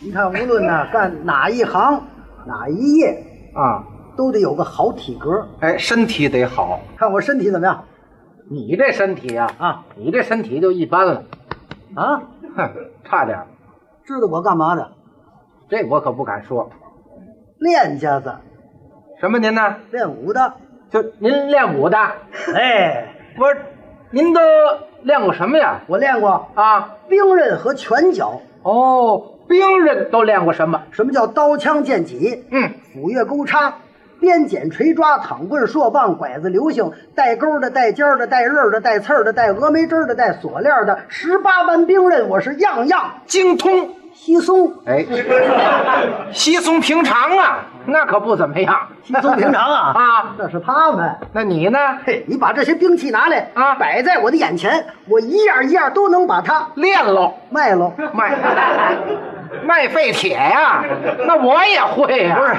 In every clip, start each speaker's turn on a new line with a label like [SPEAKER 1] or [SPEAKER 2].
[SPEAKER 1] 你看，无论呐干哪一行、哪一业，
[SPEAKER 2] 啊，
[SPEAKER 1] 都得有个好体格。
[SPEAKER 2] 哎，身体得好。
[SPEAKER 1] 看我身体怎么样
[SPEAKER 2] 你这身体啊，
[SPEAKER 1] 啊
[SPEAKER 2] 你这身体就一般了，
[SPEAKER 1] 啊？
[SPEAKER 2] 哼，差点儿。
[SPEAKER 1] 知道我干嘛的？
[SPEAKER 2] 这我可不敢说。
[SPEAKER 1] 练家子，
[SPEAKER 2] 什么您呢？
[SPEAKER 1] 练武的。
[SPEAKER 2] 就您练武的？
[SPEAKER 1] 哎，
[SPEAKER 2] 我说，您都练过什么呀？
[SPEAKER 1] 我练过
[SPEAKER 2] 啊，
[SPEAKER 1] 兵刃和拳脚。
[SPEAKER 2] 哦，兵刃都练过什么？
[SPEAKER 1] 什么叫刀枪剑戟？
[SPEAKER 2] 嗯，
[SPEAKER 1] 斧钺钩叉、鞭锏锤抓、躺棍槊棒、拐子流星，带钩的、带尖儿的、带刃儿的、带刺儿的、带峨眉针儿的、带锁链儿的，十八般兵刃，我是样样
[SPEAKER 2] 精通。
[SPEAKER 1] 稀松，
[SPEAKER 2] 哎，稀松平常啊，那可不怎么样。
[SPEAKER 1] 稀松平常
[SPEAKER 2] 啊，
[SPEAKER 1] 那是他们。
[SPEAKER 2] 那你呢？
[SPEAKER 1] 嘿，你把这些兵器拿来
[SPEAKER 2] 啊
[SPEAKER 1] 摆在我的眼前，我一样一样都能把它
[SPEAKER 2] 练喽，
[SPEAKER 1] 卖喽。
[SPEAKER 2] 卖卖废铁呀、那我也会呀、
[SPEAKER 1] 不是，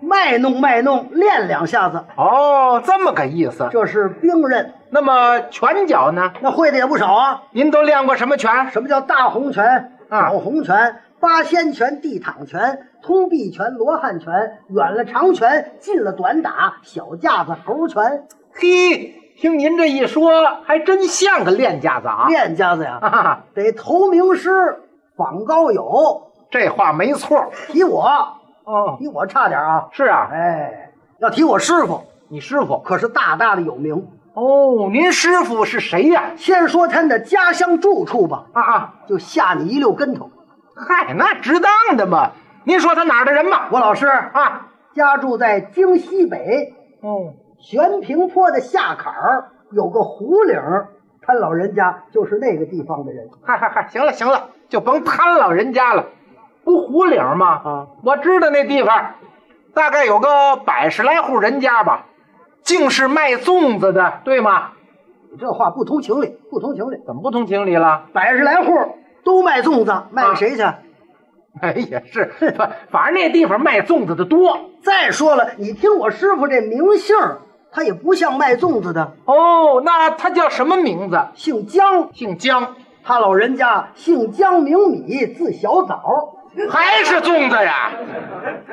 [SPEAKER 1] 卖弄卖弄，练两下子，
[SPEAKER 2] 哦，这么个意思。
[SPEAKER 1] 这是兵刃。
[SPEAKER 2] 那么拳脚呢？
[SPEAKER 1] 那会的也不少啊。
[SPEAKER 2] 您都练过什么拳？
[SPEAKER 1] 什么叫大红拳、
[SPEAKER 2] 啊
[SPEAKER 1] 小红拳、八仙拳、地躺拳、通臂拳、罗汉拳、远了长拳、近了短打、小架子、猴拳、
[SPEAKER 2] 嘿，听您这一说，还真像个练家子啊！
[SPEAKER 1] 练家子呀，
[SPEAKER 2] 啊，
[SPEAKER 1] 得投名师，访高友。
[SPEAKER 2] 这话没错。
[SPEAKER 1] 提我，
[SPEAKER 2] 哦，
[SPEAKER 1] 比我差点啊！
[SPEAKER 2] 是啊，
[SPEAKER 1] 哎，要提我师傅，
[SPEAKER 2] 你师傅
[SPEAKER 1] 可是大大的有名。
[SPEAKER 2] 哦，您师傅是谁呀、
[SPEAKER 1] 先说他的家乡住处吧，
[SPEAKER 2] 啊啊，
[SPEAKER 1] 就吓你一溜跟头。
[SPEAKER 2] 嗨，那值当的嘛。您说他哪儿的人吧？
[SPEAKER 1] 我老师
[SPEAKER 2] 啊，
[SPEAKER 1] 家住在京西北
[SPEAKER 2] 哦，
[SPEAKER 1] 悬平坡的下坎儿有个胡岭儿，潘老人家就是那个地方的人。
[SPEAKER 2] 嗨嗨嗨，行了行了，就甭贪老人家了。不胡岭吗？
[SPEAKER 1] 啊，
[SPEAKER 2] 我知道那地方，大概有个百十来户人家吧，净是卖粽子的，对吗？
[SPEAKER 1] 你这话不通情理，不通情理。
[SPEAKER 2] 怎么不通情理了？
[SPEAKER 1] 百十来户都卖粽子，卖给谁去？
[SPEAKER 2] 哎，也是，反反正那地方卖粽子的多。
[SPEAKER 1] 再说了，你听我师傅这名姓儿，他也不像卖粽子的，
[SPEAKER 2] 哦，那他叫什么名字？
[SPEAKER 1] 姓姜。
[SPEAKER 2] 姓姜，
[SPEAKER 1] 他老人家姓姜名米，字小枣。
[SPEAKER 2] 还是粽子呀？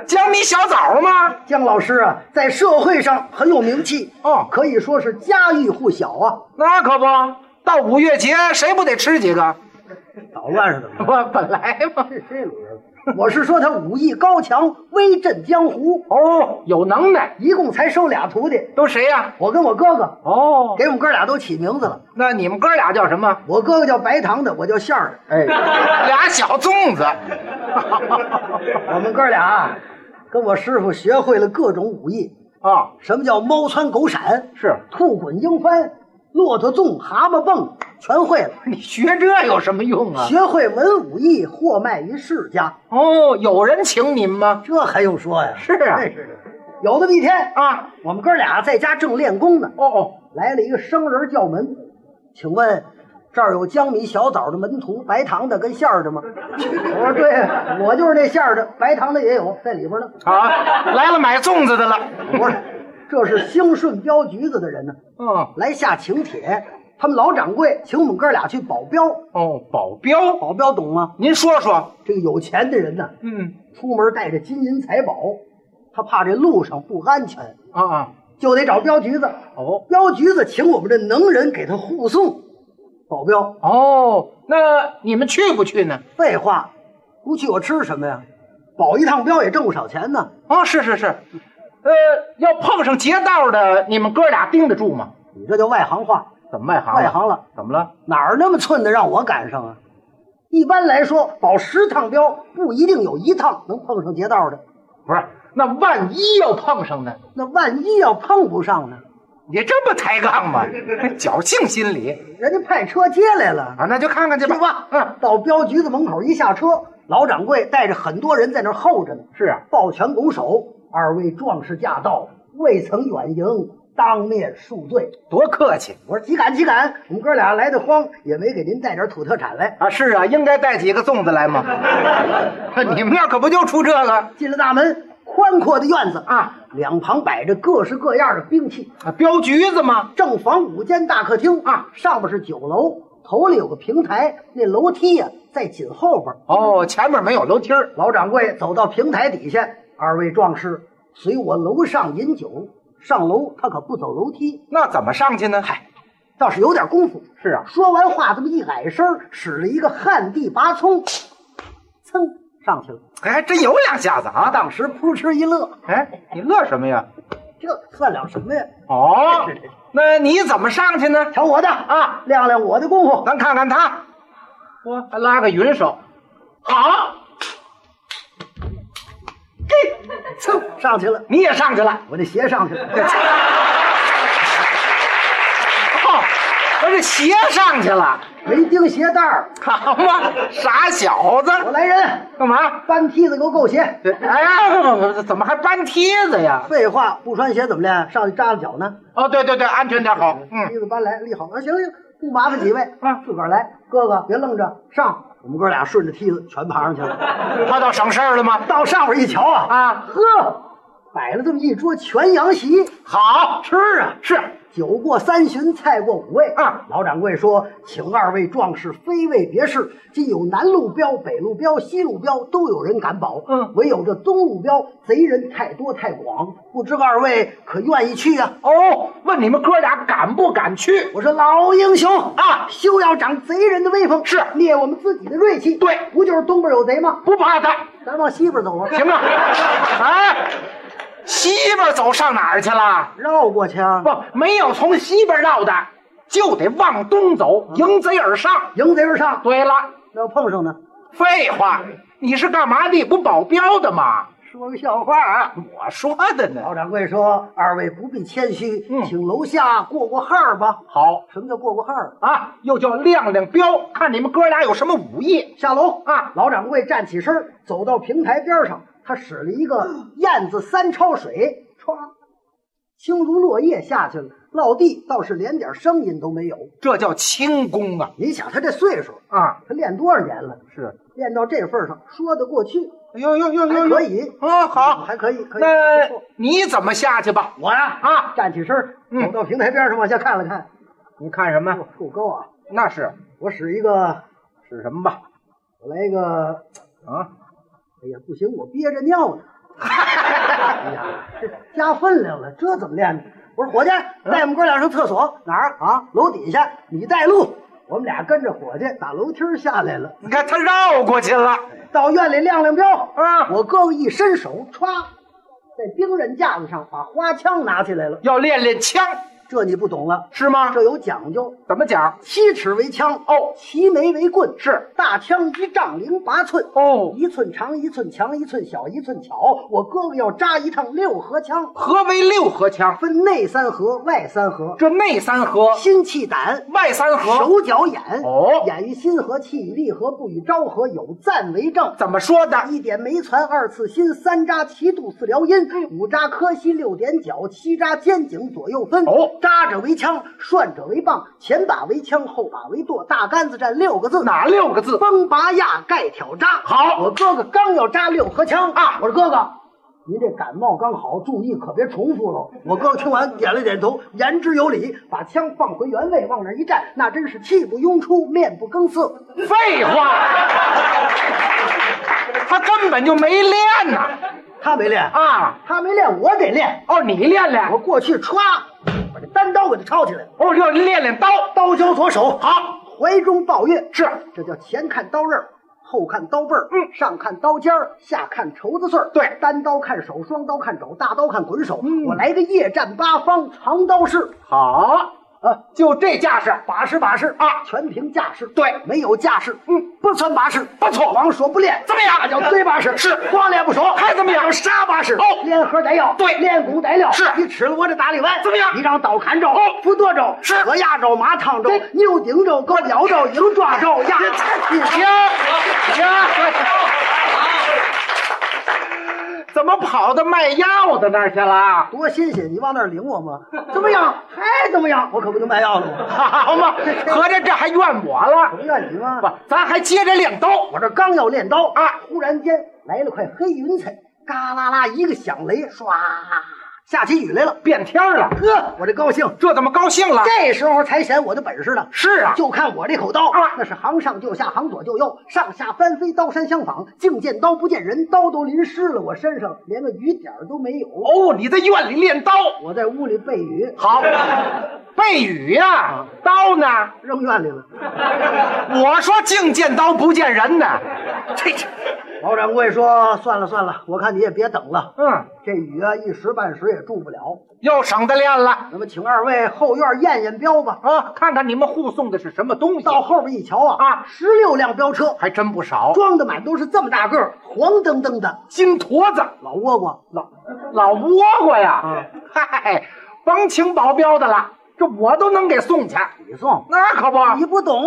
[SPEAKER 2] 姜米小枣吗？
[SPEAKER 1] 姜老师啊，在社会上很有名气
[SPEAKER 2] 哦
[SPEAKER 1] 可以说是家喻户晓啊。
[SPEAKER 2] 那可不，到五月节谁不得吃几个？
[SPEAKER 1] 捣乱是怎么着？
[SPEAKER 2] 我本来嘛，
[SPEAKER 1] 这这轮儿，我是说他武艺高强，威震江湖。
[SPEAKER 2] 哦，有能耐，
[SPEAKER 1] 一共才收俩徒弟，
[SPEAKER 2] 都谁呀、
[SPEAKER 1] 我跟我哥哥
[SPEAKER 2] 哦，
[SPEAKER 1] 给我们哥俩都起名字了。
[SPEAKER 2] 那你们哥俩叫什么？
[SPEAKER 1] 我哥哥叫白糖的，我 叫馅儿
[SPEAKER 2] 哎， 俩小粽 子。
[SPEAKER 1] 的。我们哥俩啊跟我师傅学会了各种武艺，
[SPEAKER 2] 啊，
[SPEAKER 1] 什么叫猫窜狗闪、
[SPEAKER 2] 是
[SPEAKER 1] 兔滚鹰翻、骆驼纵、蛤蟆蹦，全会了。
[SPEAKER 2] 你学这有什么用啊？
[SPEAKER 1] 学会文武艺，货卖于世家，
[SPEAKER 2] 哦，有人请您吗？
[SPEAKER 1] 这还用说呀？
[SPEAKER 2] 是啊
[SPEAKER 1] 这是的。有这么一天，
[SPEAKER 2] 啊，
[SPEAKER 1] 我们哥俩在家正练功呢，
[SPEAKER 2] 哦哦，
[SPEAKER 1] 来了一个生人叫门，请问这儿有江米小枣的门徒白糖的跟馅儿的吗？我说对，啊我就是那馅儿的，白糖的也有在里边呢。
[SPEAKER 2] 啊，来了买粽子的了。
[SPEAKER 1] 我说这是兴顺镖局子的人呢，
[SPEAKER 2] 嗯，
[SPEAKER 1] 来下请帖，他们老掌柜请我们哥俩去保镖，
[SPEAKER 2] 哦，保镖，
[SPEAKER 1] 保镖懂吗？
[SPEAKER 2] 您说说。
[SPEAKER 1] 这个有钱的人呢，
[SPEAKER 2] 嗯，
[SPEAKER 1] 出门带着金银财宝，他怕这路上不安全，
[SPEAKER 2] 啊啊，
[SPEAKER 1] 就得找镖局子。
[SPEAKER 2] 哦
[SPEAKER 1] 镖局子请我们这能人给他护送，保镖。
[SPEAKER 2] 哦，那你们去不去呢？
[SPEAKER 1] 废话，不去我吃什么呀？保一趟镖也挣不少钱呢。
[SPEAKER 2] 哦，是是是，呃，要碰上劫道的，你们哥俩盯得住吗？
[SPEAKER 1] 你这叫外行话，
[SPEAKER 2] 怎么外行？啊
[SPEAKER 1] 外行了，
[SPEAKER 2] 怎么了？
[SPEAKER 1] 哪儿那么寸的让我赶上啊？一般来说，保十趟镖不一定有一趟能碰上劫道的。
[SPEAKER 2] 不是，那万一要碰上呢？
[SPEAKER 1] 那万一要碰不上呢？
[SPEAKER 2] 你这不抬杠吗？侥幸心理
[SPEAKER 1] 人家派车接来了，
[SPEAKER 2] 啊，那就看看去
[SPEAKER 1] 去
[SPEAKER 2] 吧。
[SPEAKER 1] 吧。
[SPEAKER 2] 嗯，
[SPEAKER 1] 到镖局子门口一下车，老掌柜带着很多人在那儿候着呢，
[SPEAKER 2] 是啊，
[SPEAKER 1] 抱拳拱手。二位壮士驾到，未曾远迎，当面恕罪。
[SPEAKER 2] 多客气
[SPEAKER 1] 我说急赶急赶，我们哥俩来的慌，也没给您带点土特产来。
[SPEAKER 2] 啊！是啊，应该带几个粽子来嘛。你们那儿可不就出这个
[SPEAKER 1] 进了大门，宽阔的院子啊，
[SPEAKER 2] 啊？
[SPEAKER 1] 两旁摆着各式各样的兵器。
[SPEAKER 2] 啊，镖局子吗？
[SPEAKER 1] 正房五间大客厅
[SPEAKER 2] 啊，
[SPEAKER 1] 上面是酒楼，头里有个平台，那楼梯呀、在紧后边儿。
[SPEAKER 2] 哦，前面没有楼梯儿，
[SPEAKER 1] 老掌柜走到平台底下，二位壮士随我楼上饮酒，上楼他可不走楼梯，
[SPEAKER 2] 那怎么上去呢？嗨，
[SPEAKER 1] 倒是有点功夫。
[SPEAKER 2] 是啊，
[SPEAKER 1] 说完话，这么一矮身儿，使了一个旱地拔葱，噌上去了。
[SPEAKER 2] 哎，还真有两下子啊！
[SPEAKER 1] 当时扑哧一乐，
[SPEAKER 2] 哎，你乐什么呀？
[SPEAKER 1] 这算了什么呀？
[SPEAKER 2] 哦
[SPEAKER 1] 是是是，
[SPEAKER 2] 那你怎么上去呢？
[SPEAKER 1] 瞧我的，
[SPEAKER 2] 啊，
[SPEAKER 1] 亮亮我的功夫。
[SPEAKER 2] 咱看看他，我还拉个云手，好，
[SPEAKER 1] 噌上去了，
[SPEAKER 2] 你也上去了。
[SPEAKER 1] 我这鞋上去了。
[SPEAKER 2] 哦，我这鞋上去了，
[SPEAKER 1] 没钉鞋带儿，
[SPEAKER 2] 好嘛，傻小子，
[SPEAKER 1] 我来人，
[SPEAKER 2] 干嘛？
[SPEAKER 1] 搬梯子给我够鞋。
[SPEAKER 2] 这哎呀，不不不，怎么还搬梯子呀？
[SPEAKER 1] 废话，不穿鞋怎么练？上去扎了脚呢。
[SPEAKER 2] 哦，对对对，安全点好。嗯，
[SPEAKER 1] 梯子搬来立好，啊，行行，不麻烦几位
[SPEAKER 2] 啊
[SPEAKER 1] 自个儿来。哥哥别愣着，上！嗯我们哥俩顺着梯子全爬上去了。
[SPEAKER 2] 他倒省事儿了吗？
[SPEAKER 1] 到上面一瞧啊，
[SPEAKER 2] 啊，
[SPEAKER 1] 呵，摆了这么一桌全羊席，
[SPEAKER 2] 好，
[SPEAKER 1] 吃啊！
[SPEAKER 2] 是
[SPEAKER 1] 酒过三巡，菜过五味。
[SPEAKER 2] 啊，
[SPEAKER 1] 老掌柜说，请二位壮士非为别事，今有南路标、北路标、西路标，都有人敢保。
[SPEAKER 2] 嗯
[SPEAKER 1] 唯有这东路标贼人太多太广，不知二位可愿意去啊？
[SPEAKER 2] 哦。问你们哥俩敢不敢去？
[SPEAKER 1] 我说老英雄
[SPEAKER 2] 啊
[SPEAKER 1] 休要长贼人的威风，
[SPEAKER 2] 是
[SPEAKER 1] 灭我们自己的锐气。
[SPEAKER 2] 对
[SPEAKER 1] 不就是东边有贼吗？
[SPEAKER 2] 不怕他，
[SPEAKER 1] 咱往西边走啊，
[SPEAKER 2] 行吗？哎，西边走上哪儿去了？
[SPEAKER 1] 绕过去啊，
[SPEAKER 2] 不，没有从西边绕的，就得往东走，迎贼而上。
[SPEAKER 1] 迎贼而上，
[SPEAKER 2] 对了，
[SPEAKER 1] 要碰上呢，
[SPEAKER 2] 废话，你是干嘛的？不保镖的吗？
[SPEAKER 1] 说个笑话啊。
[SPEAKER 2] 我说的呢。
[SPEAKER 1] 老掌柜说：“二位不必谦虚，
[SPEAKER 2] 嗯
[SPEAKER 1] 请楼下过过号儿吧。
[SPEAKER 2] 好
[SPEAKER 1] 什么叫过过号儿？
[SPEAKER 2] 啊，又叫亮亮彪，看你们哥俩有什么武艺
[SPEAKER 1] 下楼
[SPEAKER 2] 啊
[SPEAKER 1] 老掌柜站起身儿，走到平台边上，他使了一个燕子三抄水，歘，轻如落叶下去了，落地倒是连点声音都没有。
[SPEAKER 2] 这叫轻功啊！
[SPEAKER 1] 你想他这岁数，
[SPEAKER 2] 啊，
[SPEAKER 1] 他练多少年了？
[SPEAKER 2] 是，
[SPEAKER 1] 练到这份儿上，说得过去，
[SPEAKER 2] 哟哟哟
[SPEAKER 1] 还
[SPEAKER 2] 哟
[SPEAKER 1] 可
[SPEAKER 2] 哟，
[SPEAKER 1] 以。嗯
[SPEAKER 2] 啊好，
[SPEAKER 1] 还可以，可以。
[SPEAKER 2] 那
[SPEAKER 1] 不错
[SPEAKER 2] 你怎么下去吧？
[SPEAKER 1] 我呀
[SPEAKER 2] 啊
[SPEAKER 1] 站起身儿，
[SPEAKER 2] 嗯
[SPEAKER 1] 走到平台边上往下看了看，
[SPEAKER 2] 你看什么
[SPEAKER 1] 哟够高啊！
[SPEAKER 2] 那是
[SPEAKER 1] 我使一个，
[SPEAKER 2] 是什么吧？
[SPEAKER 1] 我来一个
[SPEAKER 2] 啊，
[SPEAKER 1] 哎呀，不行，我憋着尿呢。哎呀，这加分量了，这怎么练呢？我说伙计，
[SPEAKER 2] 嗯
[SPEAKER 1] 带我们哥俩上厕所，哪儿啊？楼底下，你带路。我们俩跟着伙计打楼梯儿下来了，
[SPEAKER 2] 你看他绕过去了
[SPEAKER 1] 到院里亮亮标。
[SPEAKER 2] 啊！
[SPEAKER 1] 我哥哥一伸手，歘，在兵刃架子上把花枪拿起来了。
[SPEAKER 2] 要练练枪
[SPEAKER 1] 这你不懂了，
[SPEAKER 2] 是吗？
[SPEAKER 1] 这有讲究，
[SPEAKER 2] 怎么讲？
[SPEAKER 1] 七尺为枪，
[SPEAKER 2] 哦
[SPEAKER 1] 齐眉为棍，
[SPEAKER 2] 是
[SPEAKER 1] 大枪一丈零八寸，
[SPEAKER 2] 哦，
[SPEAKER 1] 一寸长一寸强一寸小一寸巧。我哥哥要扎一趟六合枪，
[SPEAKER 2] 何为六合枪？
[SPEAKER 1] 分内三合、外三合，
[SPEAKER 2] 这内三合，
[SPEAKER 1] 心气胆，
[SPEAKER 2] 外三合，
[SPEAKER 1] 手脚眼。
[SPEAKER 2] 哦
[SPEAKER 1] 眼与心合，气与力合，不与招合，有赞为证。
[SPEAKER 2] 怎么说的？
[SPEAKER 1] 一点眉攒，二刺心，三扎七肚，四撩阴，五扎磕膝，六点脚，七扎肩颈，左右分。
[SPEAKER 2] 哦
[SPEAKER 1] 扎者为枪，涮者为棒，前把为枪，后把为舵。大杆子占六个字，
[SPEAKER 2] 哪六个字？
[SPEAKER 1] 崩拔压盖挑扎。
[SPEAKER 2] 好
[SPEAKER 1] 我哥哥刚要扎六合枪
[SPEAKER 2] 啊
[SPEAKER 1] 我说哥哥，您这感冒刚好，注意可别重复喽。我哥哥听完点了点头，言之有理，把枪放回原位，往那儿一站，那真是气不拥出，面不更色。
[SPEAKER 2] 啊废话， 他根本就没练呢
[SPEAKER 1] 他没练，
[SPEAKER 2] 啊！
[SPEAKER 1] 他没练，我得练。
[SPEAKER 2] 哦，你练练
[SPEAKER 1] 我，过去歘，把这单刀给他抄起来，
[SPEAKER 2] 哦，要练练刀，
[SPEAKER 1] 刀交左手，
[SPEAKER 2] 好
[SPEAKER 1] 怀中抱月，
[SPEAKER 2] 是
[SPEAKER 1] 这叫前看刀刃儿，后看刀背儿，
[SPEAKER 2] 嗯
[SPEAKER 1] 上看刀尖儿，下看绸子穗儿。
[SPEAKER 2] 对
[SPEAKER 1] 单刀看手，双刀看肘，大刀看滚手。
[SPEAKER 2] 嗯
[SPEAKER 1] 我来个夜战八方，长刀式，
[SPEAKER 2] 好
[SPEAKER 1] 啊，
[SPEAKER 2] 就这架势，
[SPEAKER 1] 把式把式
[SPEAKER 2] 啊
[SPEAKER 1] 全凭架势。
[SPEAKER 2] 对
[SPEAKER 1] 没有架势，
[SPEAKER 2] 嗯，
[SPEAKER 1] 不算把式，
[SPEAKER 2] 不错
[SPEAKER 1] 王说不练，呃
[SPEAKER 2] 怎么样
[SPEAKER 1] 那叫堆把式，
[SPEAKER 2] 是
[SPEAKER 1] 光练不熟，
[SPEAKER 2] 还怎么样
[SPEAKER 1] 那叫杀把式。
[SPEAKER 2] 哦
[SPEAKER 1] 练核逮药，
[SPEAKER 2] 对
[SPEAKER 1] 练功逮料，
[SPEAKER 2] 是
[SPEAKER 1] 你吃了我这打里丸，
[SPEAKER 2] 怎么样
[SPEAKER 1] 你让刀砍着，
[SPEAKER 2] 哦
[SPEAKER 1] 扶舵着，
[SPEAKER 2] 是
[SPEAKER 1] 河压着，马趟着
[SPEAKER 2] 对，
[SPEAKER 1] 牛顶着，狗咬着，鹰抓着，呀，
[SPEAKER 2] 停停，怎么跑到卖药的那儿去了？
[SPEAKER 1] 多新鲜！你往那儿领我吗？怎么样？还怎么样？我可不就卖药了吗？
[SPEAKER 2] 好嘛，合着这还怨我
[SPEAKER 1] 我
[SPEAKER 2] 了？
[SPEAKER 1] 不怨你吗
[SPEAKER 2] 不？，咱还接着练刀。
[SPEAKER 1] 我这刚要练刀
[SPEAKER 2] 啊，
[SPEAKER 1] 忽然间来了块黑云彩，嘎啦啦一个响雷，唰，下起雨来了。
[SPEAKER 2] 变天儿了，
[SPEAKER 1] 呵，我这高兴，
[SPEAKER 2] 这怎么高兴了？
[SPEAKER 1] 这时候才显我的本事呢。
[SPEAKER 2] 是啊，
[SPEAKER 1] 就看我这口刀
[SPEAKER 2] 啊
[SPEAKER 1] 那是行上就下，行左就右，上下翻飞，刀山相仿，净见刀不见人，刀都淋湿了我身上，连个雨点儿都没有。
[SPEAKER 2] 哦，你在院里练刀，
[SPEAKER 1] 我在屋里背雨，
[SPEAKER 2] 好，背雨呀、刀呢？
[SPEAKER 1] 扔院里了。
[SPEAKER 2] 我说净见刀不见人呢，这这，
[SPEAKER 1] 老掌柜说：“算了算了，我看你也别等了，
[SPEAKER 2] 嗯，
[SPEAKER 1] 这雨啊一时半时也住不了。
[SPEAKER 2] 又省得练了
[SPEAKER 1] 那么，请二位后院验验标吧。
[SPEAKER 2] 啊！看看你们护送的是什么东西，
[SPEAKER 1] 到后边一瞧啊，
[SPEAKER 2] 啊
[SPEAKER 1] 十六辆飙车，
[SPEAKER 2] 还真不少，
[SPEAKER 1] 装的满都是这么大个儿，黄澄澄的
[SPEAKER 2] 金坨子。
[SPEAKER 1] 老倭瓜。老
[SPEAKER 2] 老倭瓜呀
[SPEAKER 1] 嗯，
[SPEAKER 2] 嗨，甭请保镖的了，这我都能给送去，
[SPEAKER 1] 你送，
[SPEAKER 2] 那可不，
[SPEAKER 1] 你不懂，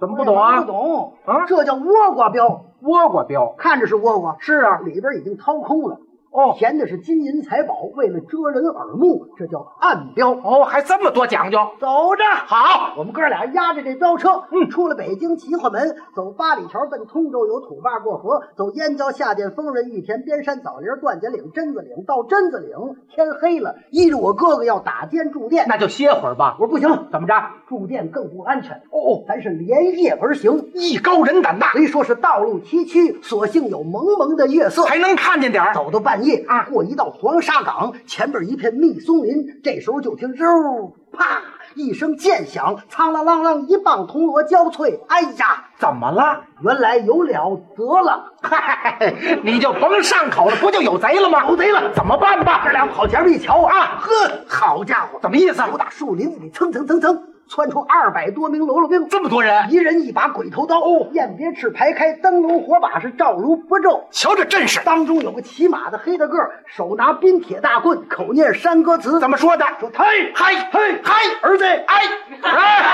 [SPEAKER 2] 怎么不懂啊
[SPEAKER 1] 不懂
[SPEAKER 2] 啊
[SPEAKER 1] 这叫倭瓜标，
[SPEAKER 2] 倭瓜镖
[SPEAKER 1] 看着是倭瓜，
[SPEAKER 2] 是啊，
[SPEAKER 1] 里边已经掏空了，
[SPEAKER 2] 哦
[SPEAKER 1] 填的是金银财宝，为了遮人耳目，这叫暗标。
[SPEAKER 2] 哦，还这么多讲究，
[SPEAKER 1] 走着。”
[SPEAKER 2] 好，
[SPEAKER 1] 我们哥俩压着这飙车，
[SPEAKER 2] 嗯
[SPEAKER 1] 出了北京齐化门，走八里桥奔通州，由土坝过河，走燕郊下涧丰润玉田边山枣林段家岭榛子岭，到榛子岭天黑了，依着我哥哥要打尖住店，
[SPEAKER 2] 那就歇会儿吧。
[SPEAKER 1] 我说不行，
[SPEAKER 2] 怎么着？
[SPEAKER 1] 住店更不安全，
[SPEAKER 2] 哦，
[SPEAKER 1] 咱是连夜而行。
[SPEAKER 2] 艺高人胆大，
[SPEAKER 1] 虽说是道路崎岖，所幸有蒙蒙的月色。
[SPEAKER 2] 还能看见点儿。
[SPEAKER 1] 走到半夜
[SPEAKER 2] 啊
[SPEAKER 1] 过一道黄沙岗，前边一片密松林。这时候就听“肉”啪一声剑响，苍啷啷啷一棒铜锣交脆。哎呀，
[SPEAKER 2] 怎么了？
[SPEAKER 1] 原来有了得了！
[SPEAKER 2] 嗨，你就甭上口了，不就有贼了吗？
[SPEAKER 1] 有贼了
[SPEAKER 2] 怎么办吧？
[SPEAKER 1] 二两跑前面一瞧啊，呵，好家伙，
[SPEAKER 2] 怎么意思？啊
[SPEAKER 1] 由大树林子里蹭蹭蹭蹭窜出二百多名喽啰兵。
[SPEAKER 2] 这么多人，
[SPEAKER 1] 一人一把鬼头刀，哦，雁别翅排开，灯笼火把是照如不骤。
[SPEAKER 2] 瞧这阵势，
[SPEAKER 1] 当中有个骑马的黑大个儿，手拿冰铁大棍，口念山歌词，
[SPEAKER 2] 怎么说的？
[SPEAKER 1] 说嘿
[SPEAKER 2] 嗨嘿嗨，儿子，哎 哎，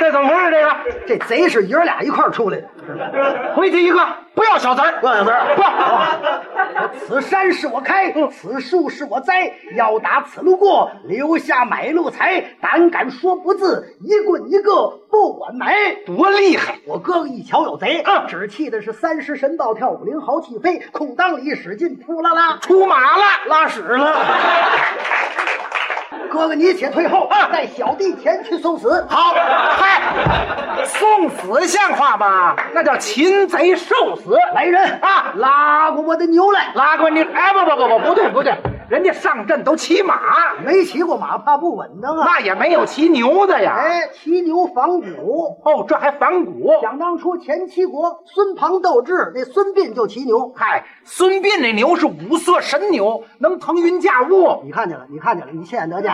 [SPEAKER 2] 这怎么回事？这
[SPEAKER 1] 这贼是爷儿俩一块儿出来的。
[SPEAKER 2] 个回去一个，不要小贼儿，
[SPEAKER 1] 不要小贼儿
[SPEAKER 2] 不要。
[SPEAKER 1] 此山是我开，此树是我栽，要打此路过，留下买路财。胆敢说不字，一棍一个不管埋。
[SPEAKER 2] 哎多厉害！
[SPEAKER 1] 我哥哥一瞧有贼，
[SPEAKER 2] 嗯
[SPEAKER 1] 只气的是三十神暴跳，五灵豪气飞，空当里一使劲，扑啦啦
[SPEAKER 2] 出马了，
[SPEAKER 1] 拉屎了。哥哥，你且退后，
[SPEAKER 2] 嗯
[SPEAKER 1] 带小弟前去送死。
[SPEAKER 2] 好，嗨，送死像话吗？那叫擒贼受死。
[SPEAKER 1] 来人
[SPEAKER 2] 啊
[SPEAKER 1] 拉过我的牛来！
[SPEAKER 2] 拉过你，哎，不不不不，不对不对，人家上阵都骑马，
[SPEAKER 1] 没骑过马，怕不稳当啊。
[SPEAKER 2] 那也没有骑牛的呀。
[SPEAKER 1] 哎，骑牛仿古。
[SPEAKER 2] 哦，这还仿古。
[SPEAKER 1] 想当初前七国孙庞斗智，那孙膑就骑牛。
[SPEAKER 2] 嗨，孙膑那牛是五色神牛，能腾云驾雾。
[SPEAKER 1] 你看见了，你看见了，你亲眼得见。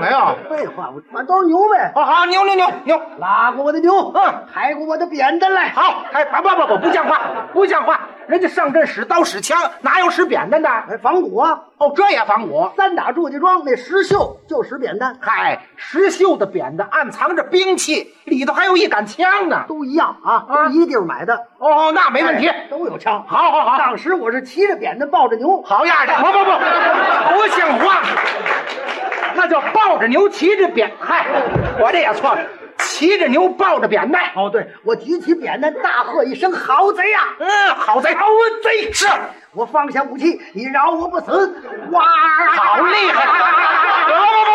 [SPEAKER 2] 没有。
[SPEAKER 1] 废话，我反正都是牛呗。
[SPEAKER 2] 哦，好，牛牛牛牛，
[SPEAKER 1] 拉过我的牛，
[SPEAKER 2] 嗯
[SPEAKER 1] 抬过我的扁担来。
[SPEAKER 2] 好，哎，不不不不，不像话，不像话，人家上阵使刀使枪，哪有使扁担的？
[SPEAKER 1] 哎，仿古啊，
[SPEAKER 2] 哦，这也仿古。
[SPEAKER 1] 三打祝家庄那石秀就使扁担，
[SPEAKER 2] 嗨，石秀的扁担暗藏着兵器，里头还有一杆枪呢。
[SPEAKER 1] 都一样啊，
[SPEAKER 2] 啊
[SPEAKER 1] 都一地方买的，
[SPEAKER 2] 哦，那没问题。
[SPEAKER 1] 哎都有枪。
[SPEAKER 2] 好好好，
[SPEAKER 1] 当时我是骑着扁担，抱着牛，
[SPEAKER 2] 好样的！不不不，不像话，那叫抱着牛骑着扁。嗨，我这也错了，骑着牛抱着扁担。
[SPEAKER 1] 哦，对，我举起扁担，大喝一声：“好贼呀、
[SPEAKER 2] 嗯，好贼，好贼是，
[SPEAKER 1] 我放下武器，你饶我不死！哇，
[SPEAKER 2] 好厉害！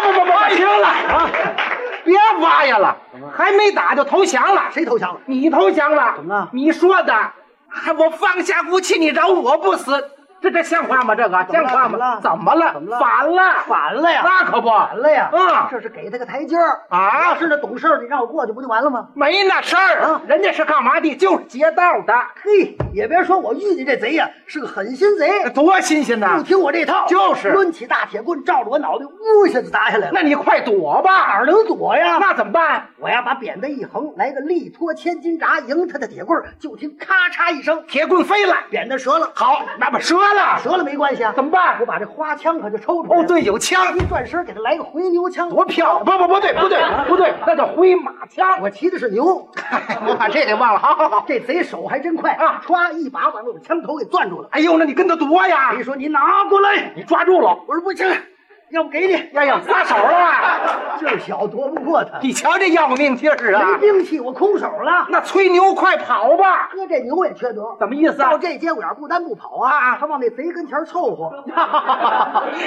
[SPEAKER 2] 不不不不不，停了啊！别挖呀了，还没打就投降了。
[SPEAKER 1] 谁投降了？
[SPEAKER 2] 你投降了？
[SPEAKER 1] 怎么了
[SPEAKER 2] 你说的，还我放下武器，你饶我不死，这这像话吗？这个
[SPEAKER 1] 怎么了
[SPEAKER 2] 像话吗？
[SPEAKER 1] 怎
[SPEAKER 2] 怎
[SPEAKER 1] 么
[SPEAKER 2] 么
[SPEAKER 1] 了
[SPEAKER 2] 了？
[SPEAKER 1] 怎么了
[SPEAKER 2] 反了！
[SPEAKER 1] 反了呀！
[SPEAKER 2] 那可不，
[SPEAKER 1] 完了呀！
[SPEAKER 2] 嗯
[SPEAKER 1] 这是给他个台阶儿
[SPEAKER 2] 啊
[SPEAKER 1] 要是那懂事儿，你让我过去不就完了吗？
[SPEAKER 2] 没那事儿，
[SPEAKER 1] 啊
[SPEAKER 2] 人家是干嘛的？就是劫道的，
[SPEAKER 1] 嘿，也别说我遇见这贼呀，是个狠心 贼，
[SPEAKER 2] 多新鲜
[SPEAKER 1] 不
[SPEAKER 2] 呐！
[SPEAKER 1] 听我这套，
[SPEAKER 2] 就是
[SPEAKER 1] 抡起大铁棍，照着我脑袋，呜一下就砸下来了。
[SPEAKER 2] 那你快躲吧，
[SPEAKER 1] 哪儿能躲呀？
[SPEAKER 2] 那怎么办？
[SPEAKER 1] 我呀，把扁担一横，来个力托千斤闸，迎他的铁棍儿，就听咔嚓一声，
[SPEAKER 2] 铁棍飞了，
[SPEAKER 1] 扁担折了。
[SPEAKER 2] 好，那把折了，
[SPEAKER 1] 折了没关系啊，
[SPEAKER 2] 怎么办
[SPEAKER 1] 我？把这花枪可就抽出来了。
[SPEAKER 2] 哦，，对，有枪
[SPEAKER 1] 一，转身给他来个回牛枪。
[SPEAKER 2] 多漂亮！不不不对，不对，不对，那叫挥马枪。
[SPEAKER 1] 啊 我骑的是 牛，
[SPEAKER 2] 我把这给忘了，好好好。
[SPEAKER 1] 这贼手还真快
[SPEAKER 2] 啊
[SPEAKER 1] 歘一把把我的枪头给攥住了。
[SPEAKER 2] 哎呦，那你跟他躲呀？
[SPEAKER 1] 你说你拿过来，
[SPEAKER 2] 你抓住了。
[SPEAKER 1] 我说不行，啊要不给你，
[SPEAKER 2] 哎呀，撒手了吧？
[SPEAKER 1] 劲儿小夺不过他，
[SPEAKER 2] 你瞧这要命劲儿啊
[SPEAKER 1] 没！兵器，我空手 了。
[SPEAKER 2] 那吹牛快跑吧！
[SPEAKER 1] 哥，这牛也缺德，
[SPEAKER 2] 怎么意思啊
[SPEAKER 1] 到？这节骨眼儿不单不跑啊，他往那贼跟前儿凑 合。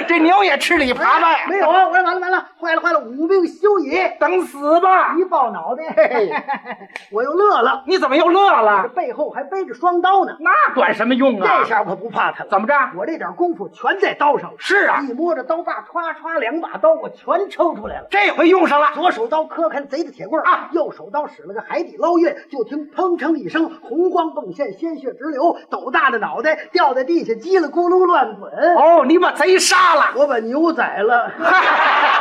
[SPEAKER 2] 这牛也吃里扒外，
[SPEAKER 1] 没有啊！我说完了完了，坏了坏了，武病休矣，
[SPEAKER 2] 等死吧！
[SPEAKER 1] 一抱脑袋，
[SPEAKER 2] 啊嘿
[SPEAKER 1] 我又乐了，
[SPEAKER 2] 你怎么又乐
[SPEAKER 1] 这
[SPEAKER 2] 了？
[SPEAKER 1] 背后还背着双刀呢。
[SPEAKER 2] 那管什么用啊
[SPEAKER 1] 这？下我不怕他了，
[SPEAKER 2] 怎么着？
[SPEAKER 1] 我这点功夫全在刀上了。
[SPEAKER 2] 是啊，
[SPEAKER 1] 一摸着刀把，歘歘两把刀我全抽出来了。
[SPEAKER 2] 这回用上了。
[SPEAKER 1] 左手刀磕开贼的铁棍儿
[SPEAKER 2] 啊
[SPEAKER 1] 右手刀使了个海底捞月，就听砰砰一声，红光迸现，鲜血直流，斗大的脑袋掉在地下，叽里咕噜乱滚。哦
[SPEAKER 2] 哦，你把贼杀了。
[SPEAKER 1] 我把牛宰了。
[SPEAKER 2] 哈哈哈哈